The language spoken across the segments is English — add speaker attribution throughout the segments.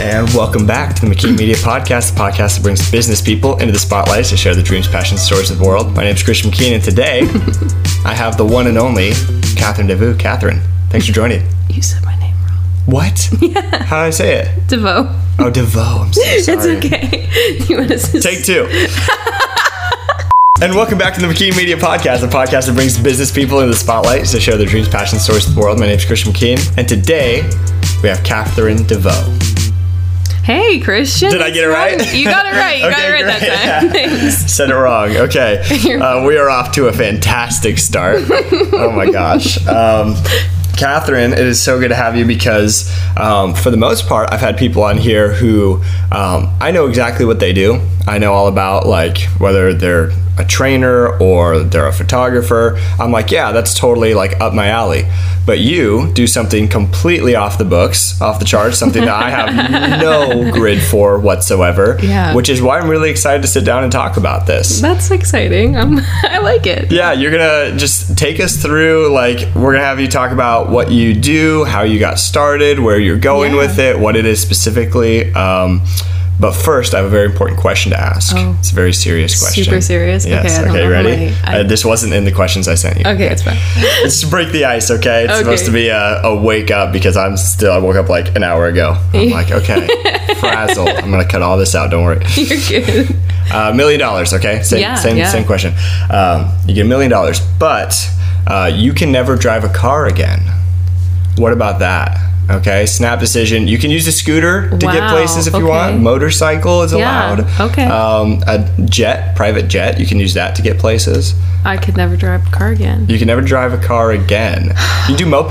Speaker 1: And welcome back to the McKean Media Podcast, the podcast that brings business people into the spotlight to share the dreams, passions, stories of the world. My name is Christian McKean, and today I have the one and only Catherine DeVue. Catherine, thanks for joining.
Speaker 2: You said my name wrong.
Speaker 1: What? How did I say it?
Speaker 2: DeVoe.
Speaker 1: Oh, DeVoe. I'm so sorry.
Speaker 2: It's okay. You want to
Speaker 1: Take two. and welcome back to the McKean Media Podcast, the podcast that brings business people into the spotlight to share their dreams, passions, stories of the world. My name is Christian McKean, and today we have Catherine DeVoe.
Speaker 2: Hey, Christian.
Speaker 1: Did I get it right?
Speaker 2: You got it right. You got
Speaker 1: Okay,
Speaker 2: it right
Speaker 1: great.
Speaker 2: that time. Thanks.
Speaker 1: Said it wrong. Okay.
Speaker 2: You're
Speaker 1: Uh, we are off to a fantastic start. oh my gosh. Um, Catherine, it is so good to have you because, um, for the most part, I've had people on here who um, I know exactly what they do. I know all about, like, whether they're a trainer or they're a photographer. I'm like, yeah, that's totally like up my alley. But you do something completely off the books, off the charts, something that I have no grid for whatsoever.
Speaker 2: Yeah.
Speaker 1: Which is why I'm really excited to sit down and talk about this.
Speaker 2: That's exciting. i I like it.
Speaker 1: Yeah, you're gonna just take us through, like, we're gonna have you talk about what you do, how you got started, where you're going
Speaker 2: Yeah.
Speaker 1: with it, what it is specifically. Um, but first, I have a very important question to ask.
Speaker 2: Oh.
Speaker 1: It's a very serious question.
Speaker 2: Super serious?
Speaker 1: Yes.
Speaker 2: Okay, I
Speaker 1: Okay,
Speaker 2: don't know
Speaker 1: ready?
Speaker 2: my- I-
Speaker 1: Uh, this wasn't in the questions I sent you.
Speaker 2: Okay, it's fine.
Speaker 1: It's to break the ice, okay? It's
Speaker 2: Okay.
Speaker 1: supposed to be a, a wake up because I'm still, I woke up like an hour ago. I'm like, okay, frazzled. I'm gonna cut all this out, don't worry.
Speaker 2: You're good.
Speaker 1: A Uh, million dollars, okay? Same,
Speaker 2: Yeah,
Speaker 1: same,
Speaker 2: yeah.
Speaker 1: same question. Um, you get a million dollars, but uh, you can never drive a car again. What about that? Okay, snap decision. You can use a scooter to get
Speaker 2: Wow,
Speaker 1: places if you
Speaker 2: okay.
Speaker 1: want. Motorcycle is
Speaker 2: Yeah,
Speaker 1: allowed.
Speaker 2: okay.
Speaker 1: Um, a jet, private jet, you can use that to get places.
Speaker 2: I could never drive a car again.
Speaker 1: You can never drive a car again. You can do moped.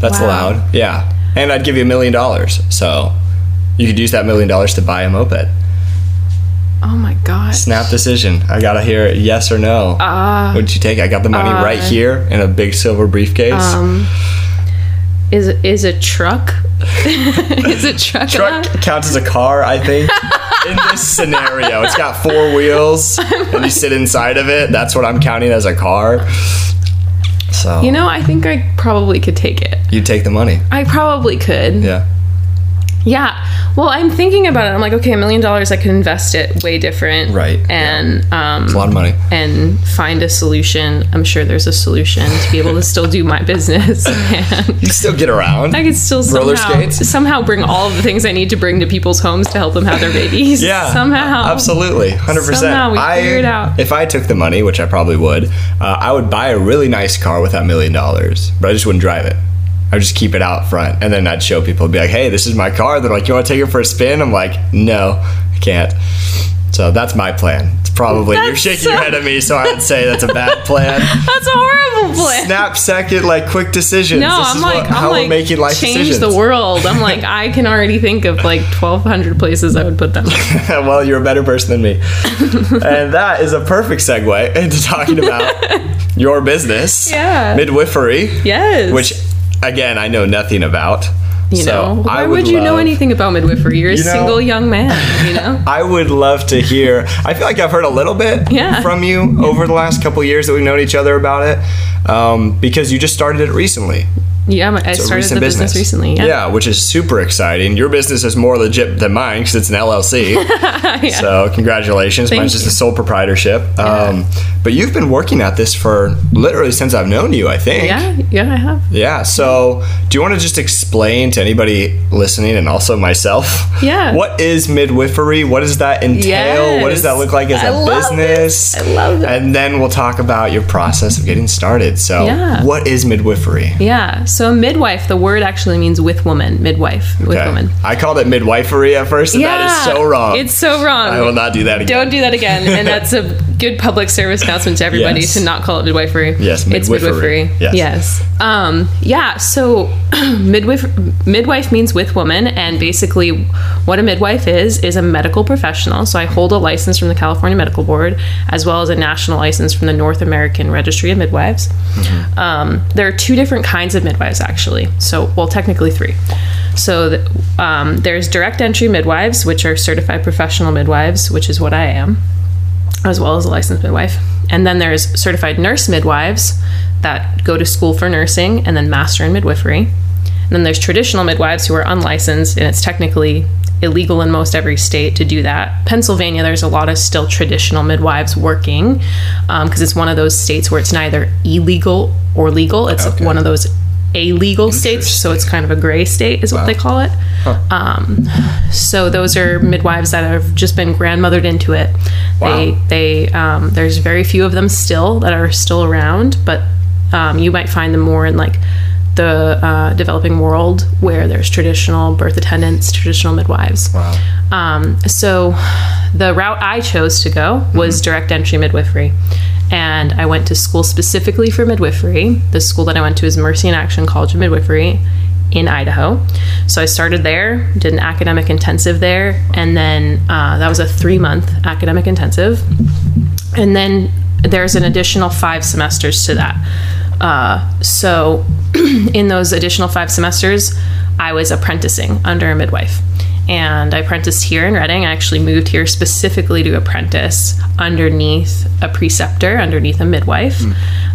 Speaker 1: That's
Speaker 2: Wow.
Speaker 1: allowed. Yeah. And I'd give you a million dollars. So you could use that million dollars to buy a moped.
Speaker 2: Oh my god.
Speaker 1: Snap decision. I gotta hear it. yes or no.
Speaker 2: Ah.
Speaker 1: What'd you take? I got the money
Speaker 2: uh,
Speaker 1: right here in a big silver briefcase.
Speaker 2: um. Is is a truck? is a truck?
Speaker 1: Truck
Speaker 2: allowed?
Speaker 1: counts as a car, I think. in this scenario, it's got four wheels and you sit inside of it. That's what I'm counting as a car. So
Speaker 2: You
Speaker 1: you,
Speaker 2: know, I think I probably could take it.
Speaker 1: take the money.
Speaker 2: I probably could.
Speaker 1: Yeah.
Speaker 2: Yeah. Well, I'm thinking about it. I'm like, okay, a million dollars, I could invest it way different.
Speaker 1: Right,
Speaker 2: And
Speaker 1: It's a
Speaker 2: um
Speaker 1: lot of money.
Speaker 2: and find a solution. I'm sure there's a solution to be able to still do my business. And
Speaker 1: You still get around.
Speaker 2: I could still
Speaker 1: Roller
Speaker 2: somehow,
Speaker 1: skates?
Speaker 2: somehow bring all of the things I need to bring to people's homes to help them have their babies.
Speaker 1: Yeah.
Speaker 2: Somehow.
Speaker 1: Absolutely. 100%.
Speaker 2: Somehow we figure it out.
Speaker 1: If I took the money, which I probably would, uh, I would buy a really nice car with that million dollars, but I just wouldn't drive it. I would just keep it out front. And then I'd show people and be like, hey, this is my car. They're like, you want to take it for a spin? I'm like, no, I can't. So that's my plan. It's probably, you're
Speaker 2: That's
Speaker 1: shaking
Speaker 2: so-
Speaker 1: your head at me, so I'd say that's a bad plan.
Speaker 2: That's a horrible plan.
Speaker 1: Snap second, like quick decisions.
Speaker 2: no,
Speaker 1: This
Speaker 2: I'm
Speaker 1: is
Speaker 2: like,
Speaker 1: what-
Speaker 2: I'm
Speaker 1: how
Speaker 2: like,
Speaker 1: we're making life
Speaker 2: change
Speaker 1: decisions.
Speaker 2: the world. I'm like, I can already think of like 1,200 places I would put them.
Speaker 1: well, you're a better person than me. and that is a perfect segue into talking about your business,
Speaker 2: Yeah.
Speaker 1: midwifery,
Speaker 2: Yes.
Speaker 1: which, again, I know nothing about.
Speaker 2: You
Speaker 1: so
Speaker 2: know,
Speaker 1: I
Speaker 2: why
Speaker 1: would,
Speaker 2: would, you know
Speaker 1: love-
Speaker 2: anything about midwifery? You're a
Speaker 1: You know-
Speaker 2: single young man, you know?
Speaker 1: I would love to hear. I feel like I've heard a little bit
Speaker 2: Yeah.
Speaker 1: from you over the last couple years that we've known each other about it, um, because you just started it recently.
Speaker 2: Yeah, my- I
Speaker 1: It's a
Speaker 2: started the
Speaker 1: recent
Speaker 2: business, recently. Yeah.
Speaker 1: which is super exciting. Your business is more legit than mine because it's an LLC. So congratulations.
Speaker 2: Thank
Speaker 1: Mine's just
Speaker 2: you.
Speaker 1: a sole proprietorship. Um, but you've been working at this for literally since I've known you, I think.
Speaker 2: yeah, yeah, I have.
Speaker 1: Yeah. So do you want to just explain to anybody listening and also myself?
Speaker 2: Yeah.
Speaker 1: What is midwifery? What does that entail? What does that
Speaker 2: Yes.
Speaker 1: look like as a
Speaker 2: I love
Speaker 1: business?
Speaker 2: I love it.
Speaker 1: And then we'll talk about your process of getting started. So
Speaker 2: Yeah.
Speaker 1: what is midwifery?
Speaker 2: Yeah. So midwife, the word actually means with woman, midwife, with
Speaker 1: Okay.
Speaker 2: woman.
Speaker 1: I called it midwifery at first, and
Speaker 2: yeah.
Speaker 1: that is so wrong.
Speaker 2: It's so wrong.
Speaker 1: I will not do that again.
Speaker 2: Don't do that again. And that's a good public service announcement to everybody
Speaker 1: Yes.
Speaker 2: to not call it midwifery.
Speaker 1: Yes,
Speaker 2: It's
Speaker 1: midwifery.
Speaker 2: midwifery.
Speaker 1: Yes.
Speaker 2: Yes. Um, yeah, so midwife midwife means with woman and basically what a midwife is is a medical professional. So I hold a license from the California Medical Board as well as a national license from the North American Registry of Midwives.
Speaker 1: Mm-hmm.
Speaker 2: Um, there are two different kinds of midwives actually. So well technically three. So th- um, there's direct entry midwives, which are certified professional midwives, which is what I am as well as a licensed midwife. And then there's certified nurse midwives that go to school for nursing and then master in midwifery. And then there's traditional midwives who are unlicensed, and it's technically illegal in most every state to do that. Pennsylvania, there's a lot of still traditional midwives working because it's one of those states where it's neither illegal or legal. It's
Speaker 1: Okay.
Speaker 2: one of those illegal states, so it's kind of a gray state, is what they call it. Um, so those are midwives that have just been grandmothered into it.
Speaker 1: Wow.
Speaker 2: They, they, um, there's very few of them still that are still around, but um, you might find them more in like the uh, developing world where there's traditional birth attendants, traditional midwives.
Speaker 1: Wow.
Speaker 2: Um, so the route I chose to go was direct entry midwifery. And I went to school specifically for midwifery. The school that I went to is Mercy and Action College of Midwifery in Idaho. So I started there, did an academic intensive there, and then uh, that was a three month academic intensive. And then there's an additional five semesters to that. Uh, so in those additional five semesters, I was apprenticing under a midwife. And I apprenticed here in Reading. I actually moved here specifically to apprentice underneath a preceptor, underneath a midwife.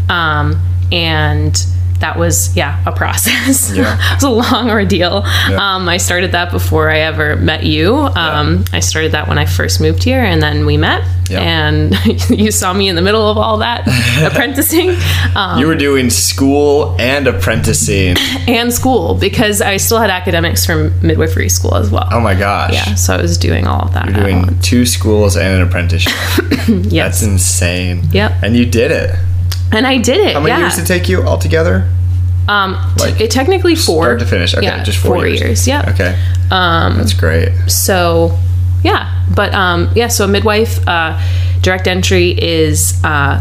Speaker 2: Um, and that was, yeah, a process.
Speaker 1: Yeah.
Speaker 2: it was a long ordeal.
Speaker 1: Yeah.
Speaker 2: Um, I started that before I ever met you. Um, I started that when I first moved here, and then we met.
Speaker 1: Yeah.
Speaker 2: And you saw me in the middle of all that apprenticing. Um,
Speaker 1: You were doing school and apprenticing.
Speaker 2: and school because I still had academics from midwifery school as well.
Speaker 1: Oh my gosh.
Speaker 2: yeah, so I was doing all of that.
Speaker 1: You're
Speaker 2: at once.
Speaker 1: doing two schools and an apprenticeship. That's
Speaker 2: yes,
Speaker 1: insane.
Speaker 2: Yep.
Speaker 1: And you did it.
Speaker 2: and I did it.
Speaker 1: How many
Speaker 2: yeah.
Speaker 1: years did it take you altogether?
Speaker 2: um, t-
Speaker 1: like,
Speaker 2: it technically four
Speaker 1: Start to finish. Okay,
Speaker 2: yeah,
Speaker 1: just four,
Speaker 2: years.
Speaker 1: years.
Speaker 2: Yeah.
Speaker 1: Okay. Um, That's great.
Speaker 2: so yeah but um yeah so a midwife uh direct entry is uh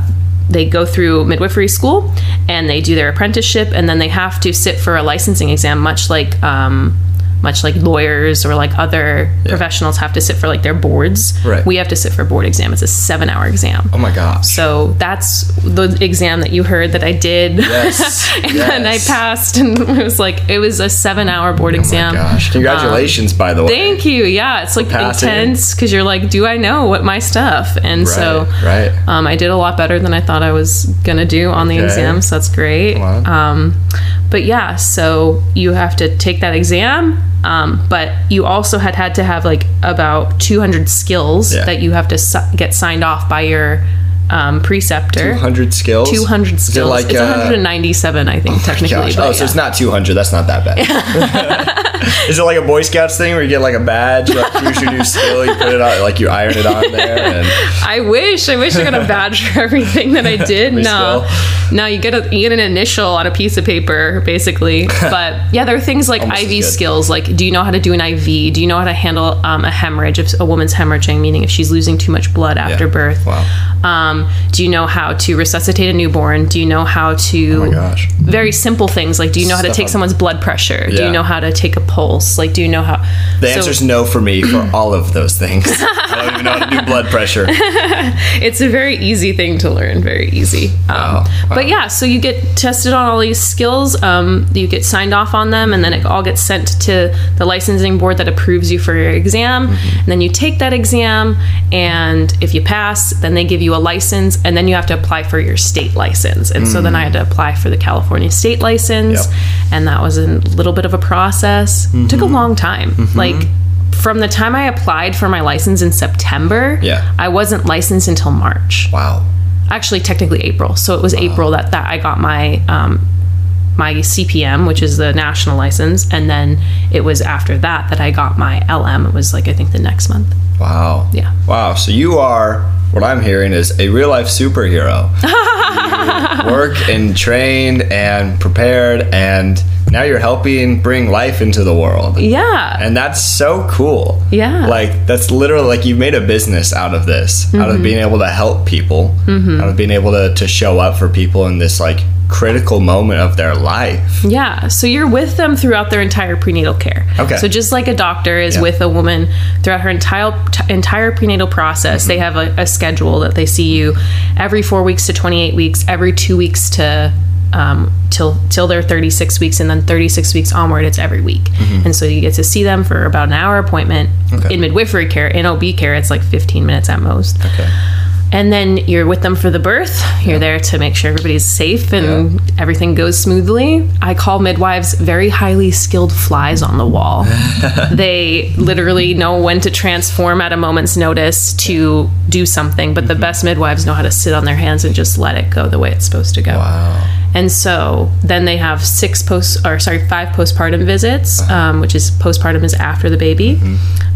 Speaker 2: they go through midwifery school and they do their apprenticeship and then they have to sit for a licensing exam much like um much like lawyers or like other professionals have to sit for like their boards
Speaker 1: Right.
Speaker 2: we have to sit for a board exam it's a seven hour exam
Speaker 1: Oh my gosh.
Speaker 2: so that's the exam that you heard that I did.
Speaker 1: Yes,
Speaker 2: and then I
Speaker 1: yes.
Speaker 2: passed, and it was like, it was a seven hour board
Speaker 1: Oh my
Speaker 2: exam.
Speaker 1: gosh. Congratulations, by the way.
Speaker 2: Thank you. Yeah, it's like
Speaker 1: passing.
Speaker 2: intense because you're like, do I know what my stuff? And
Speaker 1: Right,
Speaker 2: so,
Speaker 1: right.
Speaker 2: um, I did a lot better than I thought I was gonna do on the
Speaker 1: Okay.
Speaker 2: exam. So that's great.
Speaker 1: Wow.
Speaker 2: Um, but yeah, so you have to take that exam. Um, but you also had had to have like about 200 skills
Speaker 1: Yeah.
Speaker 2: that you have to si- get signed off by your um, preceptor.
Speaker 1: 200 skills.
Speaker 2: 200
Speaker 1: Is it
Speaker 2: skills.
Speaker 1: like
Speaker 2: it's
Speaker 1: uh,
Speaker 2: 197, I think, technically.
Speaker 1: Gosh.
Speaker 2: but
Speaker 1: Oh, so
Speaker 2: yeah.
Speaker 1: it's not 200. That's not that bad. Is it like a Boy Scouts thing where you get like a badge, like here's your new skill, you put it on, like you iron it on there, and
Speaker 2: I wish. I wish I got a badge for everything that I did.
Speaker 1: Every
Speaker 2: no, no, you get a you get an initial on a piece of paper, basically. But yeah, there are things like
Speaker 1: Almost as good.
Speaker 2: IV skills. Like, do you know how to do an IV? Do you know how to handle um, a hemorrhage if a woman's hemorrhaging, meaning if she's losing too much blood after birth?
Speaker 1: wow,
Speaker 2: Um, do you know how to resuscitate a newborn? Do you know how to
Speaker 1: oh my gosh,
Speaker 2: very simple things like do you know how to
Speaker 1: Stuff
Speaker 2: take
Speaker 1: on-
Speaker 2: someone's blood pressure? Do
Speaker 1: Yeah.
Speaker 2: you know how to take a pulse? Like, do you know how?
Speaker 1: the
Speaker 2: So-
Speaker 1: answer's no for me for all of those things. I don't even know how to do blood pressure.
Speaker 2: it's a very easy thing to learn very easy um,
Speaker 1: Wow.
Speaker 2: but yeah so you get tested on all these skills um, you get signed off on them and then it all gets sent to the licensing board that approves you for your exam
Speaker 1: Mm-hmm.
Speaker 2: and then you take that exam and if you pass then they give you a license and then you have to apply for your state license and so then i had to apply for the california state license
Speaker 1: Mm. Yep. Mm-hmm.
Speaker 2: and that was a little bit of a process took a long time like from the time I applied for my license in September,
Speaker 1: Yeah.
Speaker 2: I wasn't licensed until March.
Speaker 1: Wow,
Speaker 2: Actually, technically April. So it was April that, that I got my um, my CPM, which is the national license, and then it was after that that I got my LM. It was like I think the next month.
Speaker 1: wow,
Speaker 2: Yeah.
Speaker 1: wow. So you are what I'm hearing is a real life superhero. You work and trained and prepared, and now you're helping bring life into the world.
Speaker 2: Yeah.
Speaker 1: And that's so cool.
Speaker 2: Yeah.
Speaker 1: Like, that's literally like you made a business out of this, out of being able to help people, out of being able to, to show up for people in this like critical moment of their life.
Speaker 2: Yeah. So you're with them throughout their entire prenatal care.
Speaker 1: Okay.
Speaker 2: So just like a doctor is with a woman throughout her entire t- entire prenatal process, they
Speaker 1: Mm-hmm.
Speaker 2: have a, a schedule that they see you every four weeks to 28 weeks, every two weeks to um, till till they're 36 weeks, and then 36 weeks onward, it's every week. And so you get to see them for about an hour appointment
Speaker 1: Mm-hmm. Okay.
Speaker 2: in midwifery care. In OB care, it's like 15 minutes at most.
Speaker 1: Okay.
Speaker 2: And then you're with them for the birth. You're there to make sure everybody's safe and everything goes smoothly. I call midwives very highly skilled flies on the wall. they literally know when to transform at a moment's notice to do something, but the best midwives know how to sit on their hands and just let it go the way it's supposed to go.
Speaker 1: Wow.
Speaker 2: And so then they have six post or sorry five postpartum visits, um, which is postpartum is after the baby.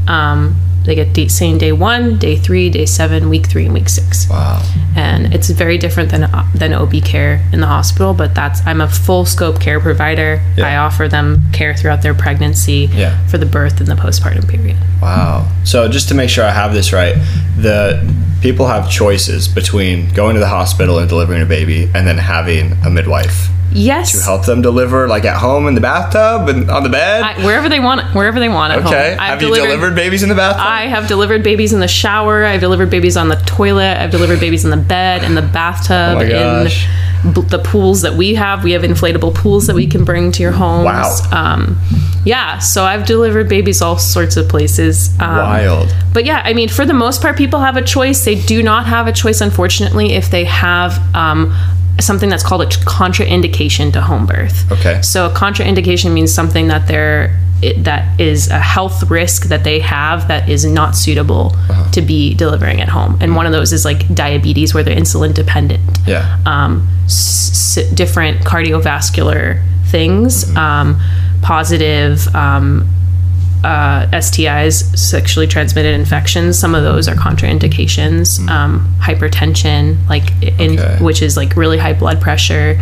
Speaker 2: Um, they get date same day one, day three, day seven, week three, and week six.
Speaker 1: Wow.
Speaker 2: And it's very different than than OB care in the hospital, but that's I'm a full scope care provider.
Speaker 1: Yeah.
Speaker 2: I offer them care throughout their pregnancy,
Speaker 1: Yeah.
Speaker 2: for the birth and the postpartum period.
Speaker 1: Wow. So just to make sure I have this right, the people have choices between going to the hospital and delivering a baby and then having a midwife
Speaker 2: Yes,
Speaker 1: to help them deliver like at home in the bathtub and on the bed.
Speaker 2: I, wherever they want, wherever they want. At
Speaker 1: okay.
Speaker 2: home. I've
Speaker 1: Have you delivered Um, babies in the bathtub?
Speaker 2: I have delivered babies in the shower. I've delivered babies on the toilet. I've delivered babies in the bed, in the bathtub,
Speaker 1: Oh my gosh.
Speaker 2: in b- the pools that we have. We have inflatable pools that we can bring to your homes.
Speaker 1: Wow.
Speaker 2: Um, yeah, so I've delivered babies all sorts of places. Um,
Speaker 1: Wild.
Speaker 2: But yeah, I mean, for the most part, people have a choice. They do not have a choice, unfortunately, if they have um, something that's called a contraindication to home birth.
Speaker 1: Okay.
Speaker 2: So a contraindication means something that they're it, that is a health risk that they have that is not suitable to be delivering at home. And one of those is like diabetes, where they're insulin dependent
Speaker 1: yeah.
Speaker 2: um, s- s- different cardiovascular things, um, positive um, uh, STIs, sexually transmitted infections. Some of those are contraindications. Um, hypertension, like in
Speaker 1: Okay.
Speaker 2: which is like really high blood pressure.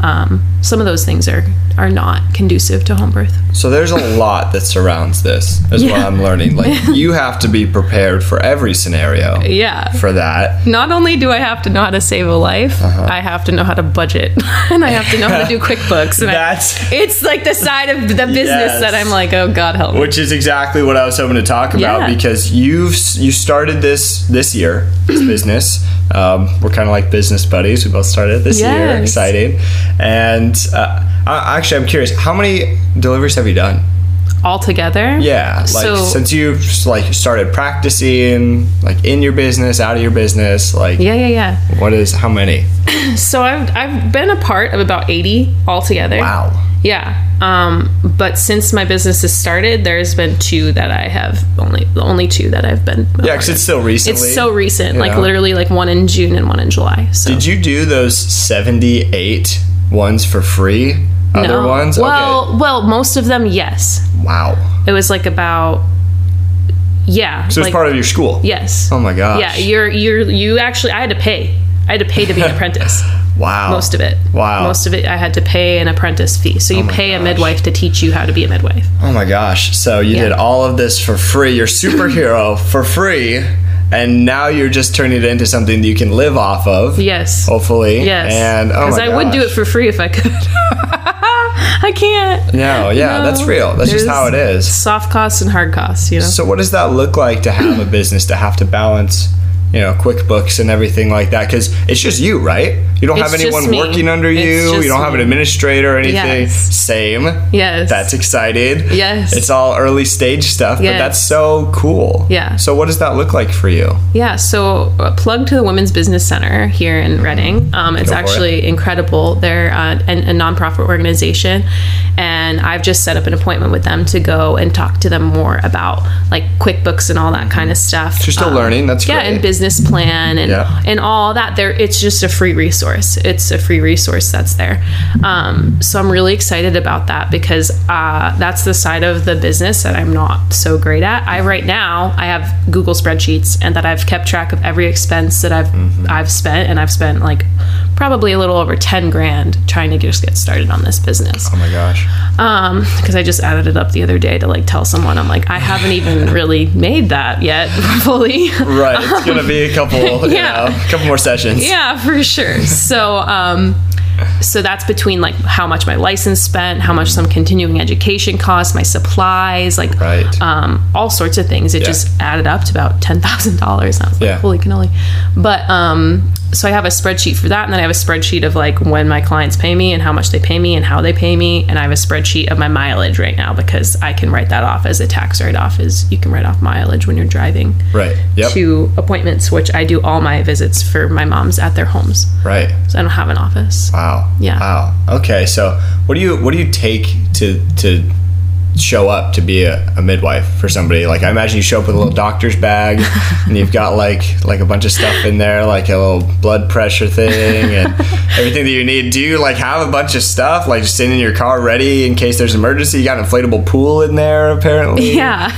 Speaker 2: Um, some of those things are are not conducive to home birth.
Speaker 1: So there's a lot that surrounds this, is what
Speaker 2: Yeah.
Speaker 1: I'm learning. Like you have to be prepared for every scenario.
Speaker 2: Yeah.
Speaker 1: For that.
Speaker 2: Not only do I have to know how to save a life, I have to know how to budget, and I have to know how to do QuickBooks. And I-
Speaker 1: That's
Speaker 2: it's like the side of the business
Speaker 1: Yes.
Speaker 2: that I'm like, oh God help. me.
Speaker 1: which is exactly what I was hoping to talk about
Speaker 2: Yeah.
Speaker 1: because you've you started this this year this business. Um, we're kind of like business buddies. We both started it this year.
Speaker 2: Yes.
Speaker 1: Exciting. And uh, I, actually, I'm curious. How many deliveries have you done?
Speaker 2: Altogether,
Speaker 1: Yeah, like
Speaker 2: So-
Speaker 1: since you've like started practicing, like in your business, out of your business, like
Speaker 2: yeah, yeah, yeah.
Speaker 1: what is how many?
Speaker 2: So I've I've been a part of about eighty altogether.
Speaker 1: Wow.
Speaker 2: Yeah. Um, but since my business has started, there's been two that I have only the only two that I've been.
Speaker 1: Yeah, because it's still recently.
Speaker 2: it's so recent, like
Speaker 1: Yeah.
Speaker 2: literally like one in June and one in July. So
Speaker 1: Did you do those 78 ones for free? Other
Speaker 2: No.
Speaker 1: ones?
Speaker 2: Well, well, most of them, yes.
Speaker 1: okay. Wow.
Speaker 2: It was like about yeah.
Speaker 1: So it's
Speaker 2: like,
Speaker 1: part of your school.
Speaker 2: yes.
Speaker 1: Oh my gosh.
Speaker 2: yeah, you're you're you actually I had to pay. I had to pay to be an apprentice.
Speaker 1: wow.
Speaker 2: Most of it.
Speaker 1: Wow. Oh
Speaker 2: Most of it, I had to pay an apprentice fee. So you
Speaker 1: my
Speaker 2: pay
Speaker 1: gosh.
Speaker 2: a midwife to teach you how to be a midwife.
Speaker 1: Oh my gosh. So you
Speaker 2: Yeah.
Speaker 1: did all of this for free. You're a superhero for free, and now you're just turning it into something that you can live off of.
Speaker 2: Yes.
Speaker 1: Hopefully.
Speaker 2: yes.
Speaker 1: And oh my
Speaker 2: I would do it
Speaker 1: gosh.
Speaker 2: for free if I could. I can't.
Speaker 1: No. Yeah.
Speaker 2: No.
Speaker 1: That's real. That's just
Speaker 2: There's
Speaker 1: how it is.
Speaker 2: Soft costs and hard costs, you know.
Speaker 1: So what does that look like to have a business to have to balance? You know, QuickBooks and everything like that, because it's just you, right? You don't have
Speaker 2: It's just
Speaker 1: anyone
Speaker 2: me.
Speaker 1: working under
Speaker 2: It's
Speaker 1: you. You
Speaker 2: just
Speaker 1: don't have an
Speaker 2: me.
Speaker 1: administrator or anything.
Speaker 2: Yes.
Speaker 1: Same.
Speaker 2: yes.
Speaker 1: That's exciting.
Speaker 2: Yes.
Speaker 1: It's all early stage stuff, but
Speaker 2: Yes.
Speaker 1: that's so cool.
Speaker 2: Yeah.
Speaker 1: So what does that look like for you?
Speaker 2: Yeah, so a plug to the Women's Business Center here in Reading. Um,
Speaker 1: Mm-hmm. Go
Speaker 2: it's
Speaker 1: for
Speaker 2: actually incredible. They're uh, an, a nonprofit organization, and I've just set up an appointment with them to go and talk to them more about like QuickBooks and all that kind of stuff.
Speaker 1: Mm-hmm. You're still
Speaker 2: Um,
Speaker 1: learning. That's
Speaker 2: yeah,
Speaker 1: great.
Speaker 2: and business plan and
Speaker 1: Yeah.
Speaker 2: and all that. There, it's just a free resource. It's a free resource that's there. Um, so I'm really excited about that because uh, that's the side of the business that I'm not so great at. I right now I have Google spreadsheets and that I've kept track of every expense that I've I've spent and I've spent like probably a little over ten grand trying to just get started on this business
Speaker 1: Oh my gosh.
Speaker 2: um because i just added it up the other day to like tell someone i'm like i haven't even really made that yet fully
Speaker 1: Right. It's gonna be a couple. You
Speaker 2: Yeah.
Speaker 1: know, a couple more sessions.
Speaker 2: yeah for sure so um So that's between like how much my license spent, how much some continuing education costs, my supplies, like
Speaker 1: Right.
Speaker 2: um, all sorts of things. It
Speaker 1: Yeah.
Speaker 2: just added up to about ten thousand dollars. I was like,
Speaker 1: Yeah.
Speaker 2: holy cannoli. But um, so I have a spreadsheet for that, and then I have a spreadsheet of like when my clients pay me and how much they pay me and how they pay me, and I have a spreadsheet of my mileage right now because I can write that off as a tax write off. Is you can write off mileage when you're driving
Speaker 1: Right. Yep.
Speaker 2: to appointments, which I do all my visits for my moms at their homes.
Speaker 1: Right.
Speaker 2: So I don't have an office.
Speaker 1: Wow.
Speaker 2: Yeah.
Speaker 1: Wow. Okay. So, what do you what do you take to to show up to be a, a midwife for somebody? Like, I imagine you show up with a little doctor's bag, and you've got like like a bunch of stuff in there, like a little blood pressure thing and everything that you need. Do you like have a bunch of stuff like just sitting in your car ready in case there's an emergency? You got an inflatable pool in there apparently.
Speaker 2: Yeah.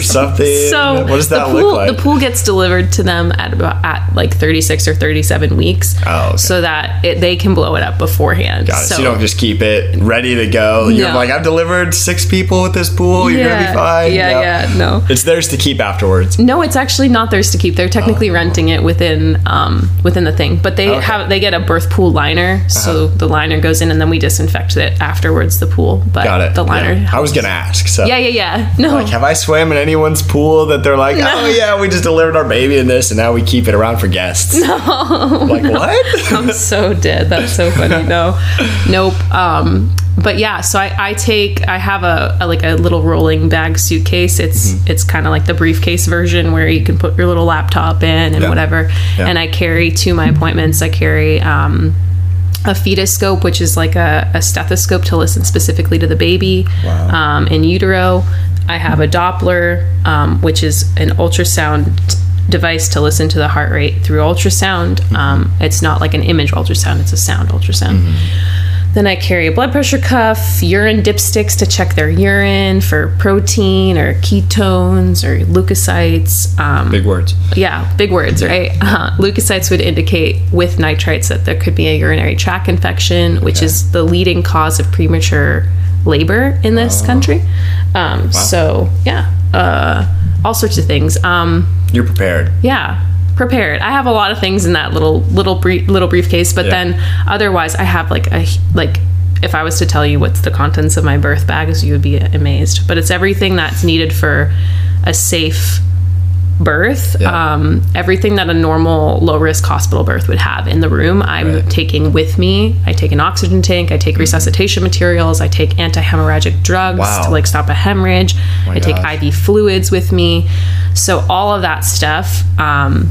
Speaker 1: something.
Speaker 2: So
Speaker 1: What does that
Speaker 2: the
Speaker 1: look
Speaker 2: pool,
Speaker 1: like?
Speaker 2: The pool gets delivered to them at about at like 36 or 37 weeks.
Speaker 1: Oh, okay.
Speaker 2: So that it, they can blow it up beforehand.
Speaker 1: Got it. So,
Speaker 2: So,
Speaker 1: you don't just keep it ready to go. You're
Speaker 2: No.
Speaker 1: like, I've delivered six people with this pool. You're gonna
Speaker 2: yeah,
Speaker 1: be fine.
Speaker 2: yeah,
Speaker 1: Yep.
Speaker 2: yeah, no.
Speaker 1: It's theirs to keep afterwards.
Speaker 2: No, it's actually not theirs to keep. They're technically renting it within um, within the thing, but they
Speaker 1: Oh. Okay. Uh-huh.
Speaker 2: have they get a birth pool liner, so the liner goes in, and then we disinfect it afterwards. The pool, but
Speaker 1: Got it.
Speaker 2: the liner.
Speaker 1: Yeah. I was gonna ask. So
Speaker 2: Yeah, yeah, yeah. No,
Speaker 1: like, have I swam in anyone's pool that they're like, oh yeah, we just delivered our baby in this, and now we keep it around for guests? No. Like what?
Speaker 2: Oh, I'm so dead. That's so funny. No, nope. Um, but yeah, so I, I take I have a, a like a little rolling bag suitcase. It's
Speaker 1: Mm-hmm.
Speaker 2: it's kind of like the briefcase version where you can put your little laptop in and
Speaker 1: Yeah.
Speaker 2: whatever.
Speaker 1: Yeah.
Speaker 2: And I carry to my appointments. I carry um, a fetoscope, which is like a, a stethoscope to listen specifically to the baby
Speaker 1: Wow.
Speaker 2: um, in utero. I have a Doppler, um, which is an ultrasound t- device to listen to the heart rate through ultrasound. Um, it's not like an image ultrasound, it's a sound ultrasound. Then I carry a blood pressure cuff, urine dipsticks to check their urine for protein or ketones or leukocytes. Um,
Speaker 1: Big words.
Speaker 2: yeah, big words, right? Uh, leukocytes would indicate with nitrites that there could be a urinary tract infection, which is the leading cause of premature labor in this country. Um, So, yeah, uh, all sorts of things. Um,
Speaker 1: You're prepared.
Speaker 2: yeah prepared i have a lot of things in that little little brief, little briefcase but
Speaker 1: Yeah.
Speaker 2: then otherwise i have like a like if i was to tell you what's the contents of my birth bags you would be amazed but it's everything that's needed for a safe birth
Speaker 1: Yeah.
Speaker 2: um, everything that a normal low risk hospital birth would have in the room i'm
Speaker 1: Right. Mm-hmm.
Speaker 2: taking with me i take an oxygen tank i take resuscitation materials i take anti-hemorrhagic drugs
Speaker 1: Wow.
Speaker 2: to like stop a hemorrhage i take
Speaker 1: Oh gosh.
Speaker 2: IV fluids with me. So all of that stuff um,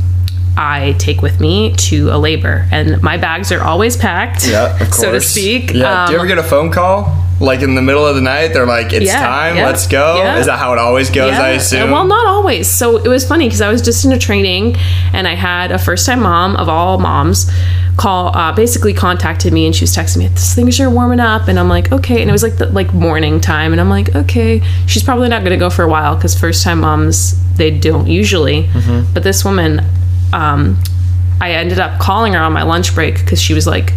Speaker 2: I take with me to a labor, and my bags are always packed,
Speaker 1: Yeah, of course.
Speaker 2: so to speak.
Speaker 1: Yeah. Do you
Speaker 2: Um,
Speaker 1: ever get a phone call? Like in the middle of the night, they're like, "It's
Speaker 2: Yeah,
Speaker 1: time,
Speaker 2: yeah,
Speaker 1: let's go."
Speaker 2: yeah.
Speaker 1: Is that how it always goes? I
Speaker 2: Yeah.
Speaker 1: assume.
Speaker 2: Well, not always. So it was funny because I was just in a training and I had a first time mom of all moms call, uh, basically contacted me and she was texting me, this thing's sure warming up. And I'm like, okay. And it was like the like morning time. And I'm like, okay, she's probably not going to go for a while because first time moms, they don't usually.
Speaker 1: Mm-hmm.
Speaker 2: But this woman, um, I ended up calling her on my lunch break because she was like,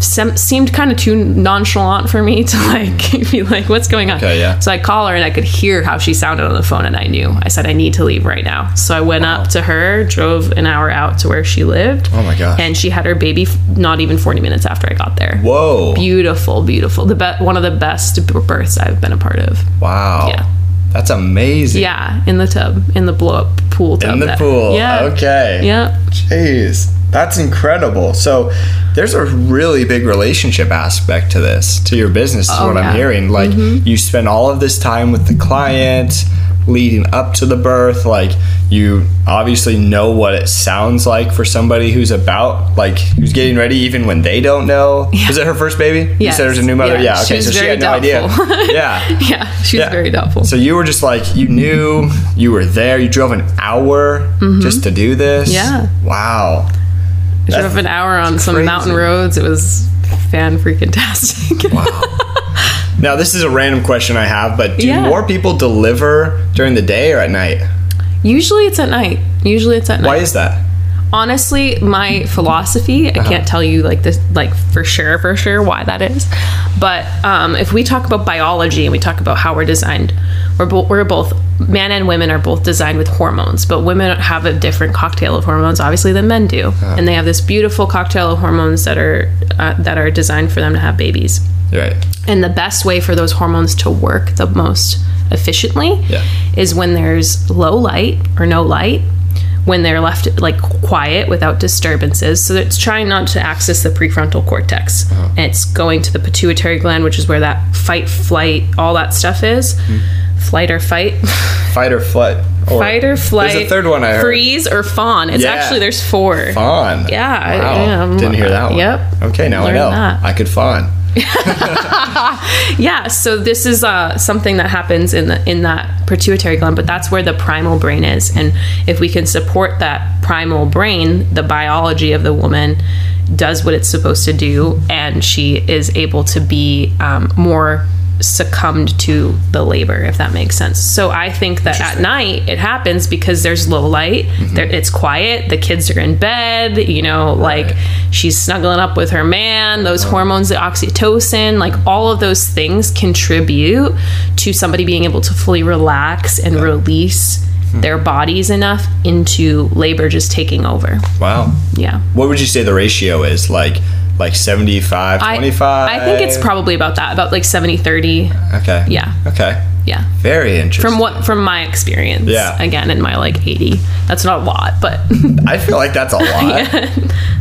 Speaker 2: sem- seemed kind of too nonchalant for me to like be like, what's going on?
Speaker 1: Okay, yeah.
Speaker 2: So I call her and I could hear how she sounded on the phone, and I knew. I said, I need to leave right now. So I went up to her, drove an hour out to where she lived.
Speaker 1: Oh my gosh.
Speaker 2: And she had her baby f- not even 40 minutes after I got there.
Speaker 1: Whoa.
Speaker 2: Beautiful, beautiful. The be- one of the best b- births I've been a part of.
Speaker 1: wow.
Speaker 2: Yeah.
Speaker 1: That's amazing.
Speaker 2: Yeah, in the tub, in the blow up pool tub.
Speaker 1: In the
Speaker 2: that-
Speaker 1: pool.
Speaker 2: Yeah.
Speaker 1: Okay.
Speaker 2: Yeah.
Speaker 1: Jeez, that's incredible. So there's a really big relationship aspect to this, to your business, is what
Speaker 2: Oh, yeah. Mm-hmm.
Speaker 1: I'm hearing. Like you spend all of this time with the client leading up to the birth. Like you obviously know what it sounds like for somebody who's about, like who's getting ready, even when they don't know. Was it her first baby? You
Speaker 2: Yes.
Speaker 1: said it was a new mother.
Speaker 2: Yeah,
Speaker 1: Yeah.
Speaker 2: she
Speaker 1: Okay.
Speaker 2: was
Speaker 1: so she
Speaker 2: very
Speaker 1: had no
Speaker 2: doubtful.
Speaker 1: idea. yeah.
Speaker 2: Yeah. She was
Speaker 1: Yeah.
Speaker 2: very doubtful.
Speaker 1: So you were just like you knew you were there. You drove an hour just to do this.
Speaker 2: Mm-hmm. Yeah.
Speaker 1: Wow.
Speaker 2: I
Speaker 1: That's
Speaker 2: drove an hour on some
Speaker 1: crazy.
Speaker 2: mountain roads. It was fan freaking tastic.
Speaker 1: Now this is a random question I have, but do
Speaker 2: Yeah.
Speaker 1: more people deliver during the day or at night?
Speaker 2: Usually it's at night. Usually it's at
Speaker 1: Why
Speaker 2: night.
Speaker 1: is that?
Speaker 2: honestly, my philosophy, I can't tell you like this, like for sure, for sure why that is. But um, if we talk about biology and we talk about how we're designed, we're, bo- we're both, men and women are both designed with hormones, but women have a different cocktail of hormones, obviously, than men do. And they have this beautiful cocktail of hormones that are, uh, that are designed for them to have babies.
Speaker 1: You're right.
Speaker 2: And the best way for those hormones to work the most efficiently
Speaker 1: Yeah.
Speaker 2: is when there's low light or no light, when they're left like quiet without disturbances. So it's trying not to access the prefrontal cortex.
Speaker 1: Uh-huh.
Speaker 2: And it's going to the pituitary gland, which is where that fight, flight, all that stuff is. Flight or fight,
Speaker 1: Fight Hmm. or flight. Or
Speaker 2: fight or flight.
Speaker 1: There's a third one I heard.
Speaker 2: Freeze or fawn. It's
Speaker 1: Yeah.
Speaker 2: actually there's four.
Speaker 1: Fawn.
Speaker 2: Yeah, I-
Speaker 1: Wow.
Speaker 2: yeah,
Speaker 1: Didn't hear that one.
Speaker 2: yep.
Speaker 1: Okay, now
Speaker 2: Learned
Speaker 1: I know.
Speaker 2: that.
Speaker 1: I could fawn.
Speaker 2: Yeah, so this is uh, something that happens in the in that pituitary gland, but that's where the primal brain is, and if we can support that primal brain, the biology of the woman does what it's supposed to do, and she is able to be um, more succumbed to the labor, if that makes sense. So I think that at night it happens because there's low light, there, it's quiet, the kids are in bed, you know, like she's snuggling up with her man, those hormones, the oxytocin, like all of those things contribute to somebody being able to fully relax and release
Speaker 1: Hmm.
Speaker 2: their bodies enough into labor just taking over.
Speaker 1: Wow.
Speaker 2: Yeah.
Speaker 1: What would you say the ratio is? Like like 75,
Speaker 2: I,
Speaker 1: 25?
Speaker 2: I think it's probably about that, about like 70 30.
Speaker 1: Okay.
Speaker 2: Yeah.
Speaker 1: Okay.
Speaker 2: Yeah.
Speaker 1: Very interesting.
Speaker 2: from what from my experience
Speaker 1: Yeah.
Speaker 2: again in my like 80 that's not a lot but
Speaker 1: I feel like that's a lot.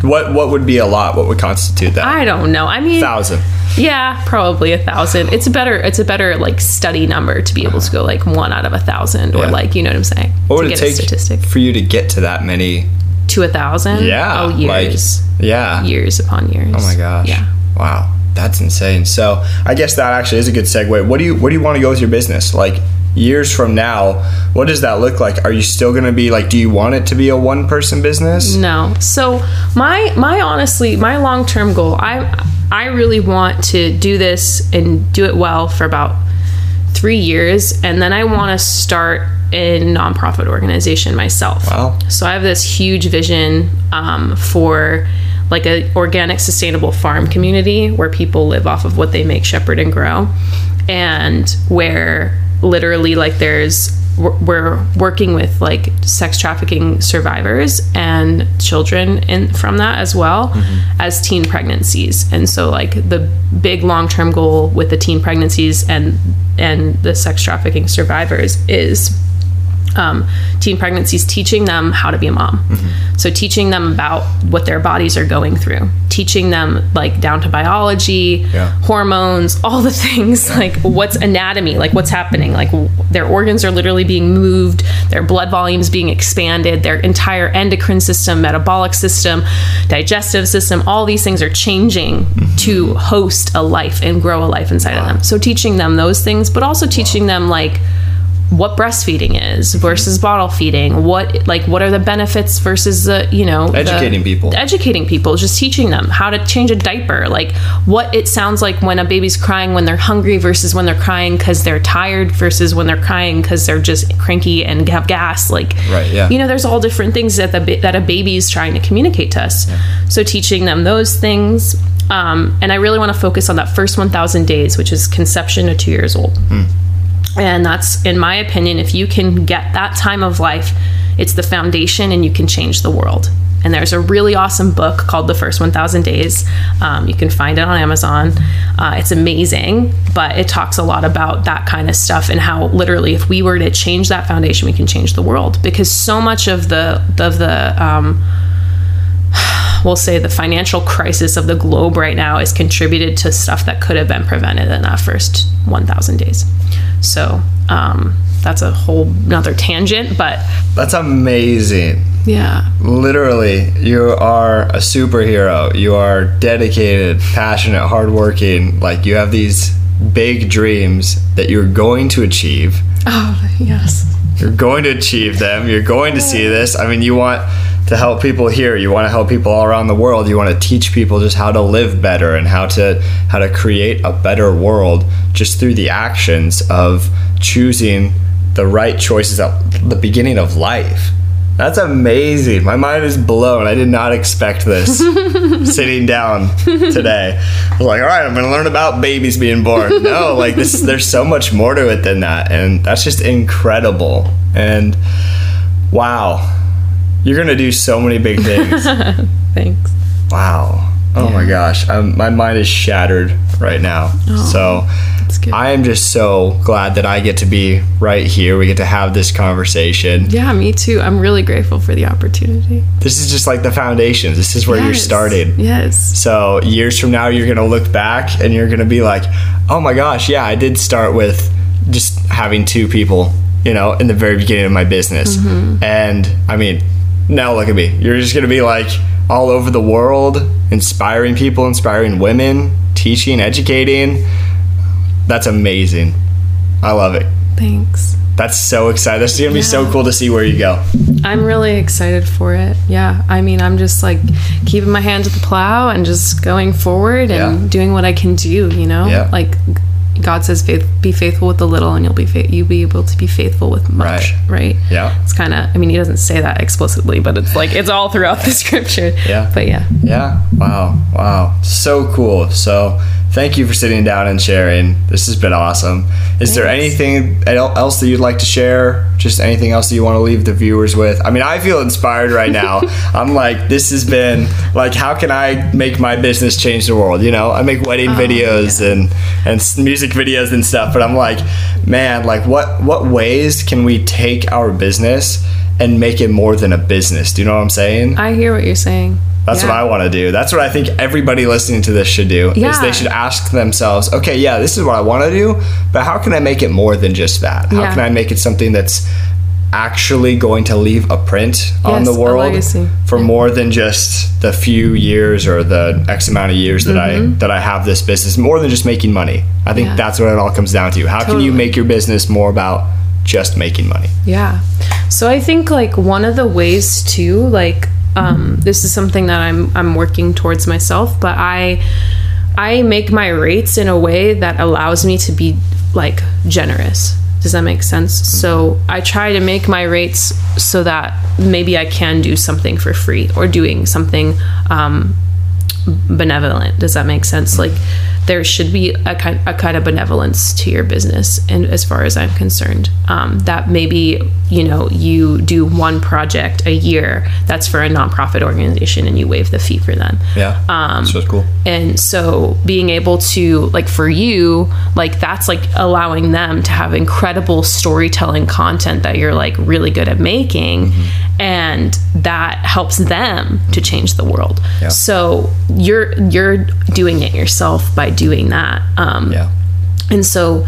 Speaker 1: What what would be a lot? What would constitute that?
Speaker 2: i don't know i mean
Speaker 1: Thousand.
Speaker 2: yeah probably a thousand it's a better it's a better like study number to be able to go like one out of a thousand or
Speaker 1: Yeah.
Speaker 2: like you know what i'm saying
Speaker 1: What
Speaker 2: to
Speaker 1: would it
Speaker 2: get
Speaker 1: take
Speaker 2: a statistic
Speaker 1: for you to get to that many?
Speaker 2: to a thousand
Speaker 1: Yeah.
Speaker 2: oh
Speaker 1: like-
Speaker 2: years
Speaker 1: yeah.
Speaker 2: years upon years
Speaker 1: Oh my gosh.
Speaker 2: yeah
Speaker 1: Wow. That's insane. So I guess that actually is a good segue. What do you where do you want to go with your business? Like years from now, what does that look like? Are you still gonna be like do you want it to be a one person business?
Speaker 2: No. So my my honestly my long term goal I I really want to do this and do it well for about three years, and then I want to start a nonprofit organization myself.
Speaker 1: Wow.
Speaker 2: So I have this huge vision um, for like a organic, sustainable farm community where people live off of what they make, shepherd, and grow, and where literally like there's we're- we're working with like sex trafficking survivors and children in from that as well as teen pregnancies and so like the big long-term goal with the teen pregnancies and and the sex trafficking survivors is um, teen pregnancies, teaching them how to be a mom. So, teaching them about what their bodies are going through, teaching them like down to biology,
Speaker 1: Yeah.
Speaker 2: hormones, all the things like what's anatomy, like what's happening, like w- their organs are literally being moved, their blood volumes being expanded, their entire endocrine system, metabolic system, digestive system, all these things are changing to host a life and grow a life inside of them. So, teaching them those things, but also teaching them like, what breastfeeding
Speaker 1: Mm-hmm.
Speaker 2: is versus bottle feeding what like what are the benefits versus the you know the-
Speaker 1: Educating people.
Speaker 2: educating people just teaching them how to change a diaper like what it sounds like when a baby's crying when they're hungry versus when they're crying because they're tired versus when they're crying because they're just cranky and have gas like
Speaker 1: Right, yeah.
Speaker 2: you know there's all different things that the ba- that a baby is trying to communicate to us so teaching them those things um, and i really want to focus on that first 1000 days which is conception to two years old and that's, in my opinion, if you can get that time of life, it's the foundation and you can change the world. And there's a really awesome book called The First 1000 Days. Um, you can find it on Amazon. Uh, it's amazing, but it talks a lot about that kind of stuff and how literally, if we were to change that foundation, we can change the world. Because so much of the, of the, um, we'll say the financial crisis of the globe right now is contributed to stuff that could have been prevented in that first 1,000 days. So um, that's a whole nother tangent, but
Speaker 1: That's amazing.
Speaker 2: yeah,
Speaker 1: Literally, you are a superhero. You are dedicated, passionate, hardworking. Like you have these big dreams that you're going to achieve.
Speaker 2: oh yes,
Speaker 1: You're going to achieve them. You're going to see this. I mean, you want to help people here. You want to help people all around the world. You want to teach people just how to live better and how to how to create a better world just through the actions of choosing the right choices at the beginning of life. That's amazing. My mind is blown. I did not expect this sitting down today. I was like, all right, I'm going to learn about babies being born. No, like this, there's so much more to it than that. And that's just incredible. And wow, you're going to do so many big things.
Speaker 2: Thanks.
Speaker 1: Wow. Oh my gosh. I'm, my mind is shattered right now.
Speaker 2: that's
Speaker 1: so
Speaker 2: good.
Speaker 1: I am just so glad that I get to be right here. We get to have this conversation.
Speaker 2: Yeah, me too. I'm really grateful for the opportunity.
Speaker 1: This is just like the foundations. This is where you're
Speaker 2: Yes.
Speaker 1: started.
Speaker 2: Yes.
Speaker 1: So years from now, you're going to look back and you're going to be like, oh my gosh, yeah, I did start with just having two people, you know, in the very beginning of my business. And I mean, now look at me. You're just going to be like all over the world, inspiring people, inspiring women, teaching, educating. That's amazing. I love it.
Speaker 2: Thanks.
Speaker 1: That's so exciting. That's going to be so
Speaker 2: Yeah.
Speaker 1: cool to see where you go.
Speaker 2: I'm really excited for it. Yeah. I mean, I'm just like keeping my hand to the plow and just going forward and
Speaker 1: Yeah.
Speaker 2: doing what I can do, you know?
Speaker 1: Yeah.
Speaker 2: Like God says faith, be faithful with the little and you'll be fa- you'll be able to be faithful with much, right?
Speaker 1: Yeah.
Speaker 2: It's kind of I mean, he doesn't say that explicitly, but it's like it's all throughout the scripture.
Speaker 1: Yeah.
Speaker 2: But yeah.
Speaker 1: Yeah. Wow. Wow. So cool. So thank you for sitting down and sharing. This has been awesome. Is there
Speaker 2: Thanks.
Speaker 1: anything el- else that you'd like to share? Just anything else that you want to leave the viewers with? I mean, I feel inspired right now. I'm like, this has been like, how can I make my business change the world? You know, I make wedding videos and and s- music videos and stuff, but I'm like, man, like what what ways can we take our business and make it more than a business? Do you know what I'm saying?
Speaker 2: I hear what you're saying.
Speaker 1: That's
Speaker 2: Yeah.
Speaker 1: what I want to do. That's what I think everybody listening to this should do. Is
Speaker 2: Yeah.
Speaker 1: they should ask themselves, okay, yeah, this is what I want to do, but how can I make it more than just that? How
Speaker 2: Yeah.
Speaker 1: can I make it something that's actually going to leave a print on
Speaker 2: Yes,
Speaker 1: the
Speaker 2: a
Speaker 1: world
Speaker 2: legacy.
Speaker 1: for more than just the few years or the X amount of years that I that I have this business, more than just making money. I think
Speaker 2: Mm-hmm. Yeah.
Speaker 1: that's what it all comes down to. How can you
Speaker 2: Totally.
Speaker 1: make your business more about just making money?
Speaker 2: Yeah. So I think like one of the ways to like um, this is something that I'm I'm working towards myself, but I I make my rates in a way that allows me to be like generous. Does that make sense? So I try to make my rates so that maybe I can do something for free or doing something um, benevolent. Does that make sense? Like there should be a kind a kind of benevolence to your business, and as far as I'm concerned, um, that maybe you know you do one project a year that's for a nonprofit organization, and you waive the fee for them
Speaker 1: Yeah. Um, so it's cool.
Speaker 2: and so being able to like for you like that's like allowing them to have incredible storytelling content that you're like really good at making and that helps them to change the world
Speaker 1: Yeah.
Speaker 2: so you're you're doing it yourself by doing that um
Speaker 1: Yeah.
Speaker 2: and so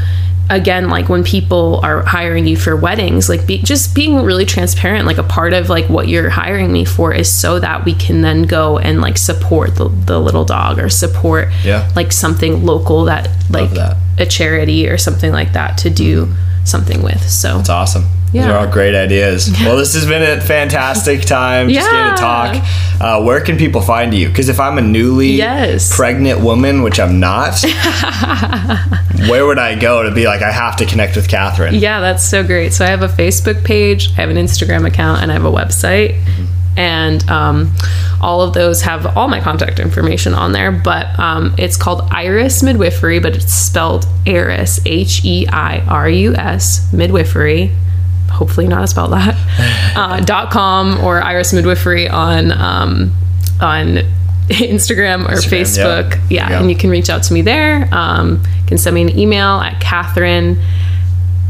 Speaker 2: again like when people are hiring you for weddings like be, just being really transparent like a part of like what you're hiring me for is so that we can then go and like support the, the little dog or support
Speaker 1: Yeah.
Speaker 2: like something local that like
Speaker 1: that.
Speaker 2: a charity or something like that to do something with so
Speaker 1: It's awesome. These
Speaker 2: Yeah.
Speaker 1: are all great ideas. Well, this has been a fantastic time just getting
Speaker 2: Yeah.
Speaker 1: to talk. Uh, where can people find you? Because if I'm a newly
Speaker 2: Yes.
Speaker 1: pregnant woman, which I'm not, where would I go to be like, I have to connect with Catherine?
Speaker 2: Yeah, that's so great. So I have a Facebook page, I have an Instagram account, and I have a website. And um, all of those have all my contact information on there. But um, it's called Iris Midwifery, but it's spelled Iris, H E I R U S, midwifery. Hopefully, not spelled that. Uh, dot com or Iris Midwifery on um, on Instagram or
Speaker 1: Instagram,
Speaker 2: Facebook.
Speaker 1: yeah.
Speaker 2: Yeah,
Speaker 1: Yeah.
Speaker 2: and you can reach out to me there. Um, you can send me an email at Catherine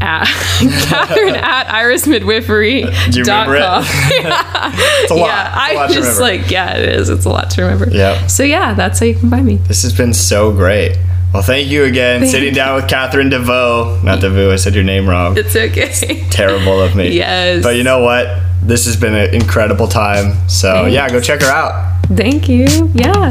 Speaker 2: at Catherine at irismidwifery.com.
Speaker 1: Do you remember it? It's a lot. It's a lot
Speaker 2: yeah, I
Speaker 1: to
Speaker 2: just
Speaker 1: remember.
Speaker 2: like yeah, it is. It's a lot to remember.
Speaker 1: Yeah.
Speaker 2: So yeah, that's how you can find me.
Speaker 1: This has been so great. Well, thank you again.
Speaker 2: Thank
Speaker 1: Sitting down with Catherine DeVoe. Not DeVoe, I said your name wrong.
Speaker 2: It's okay.
Speaker 1: Terrible of me.
Speaker 2: Yes.
Speaker 1: But you know what? This has been an incredible time. So,
Speaker 2: Thanks.
Speaker 1: yeah, go check her out.
Speaker 2: Thank you. Yeah.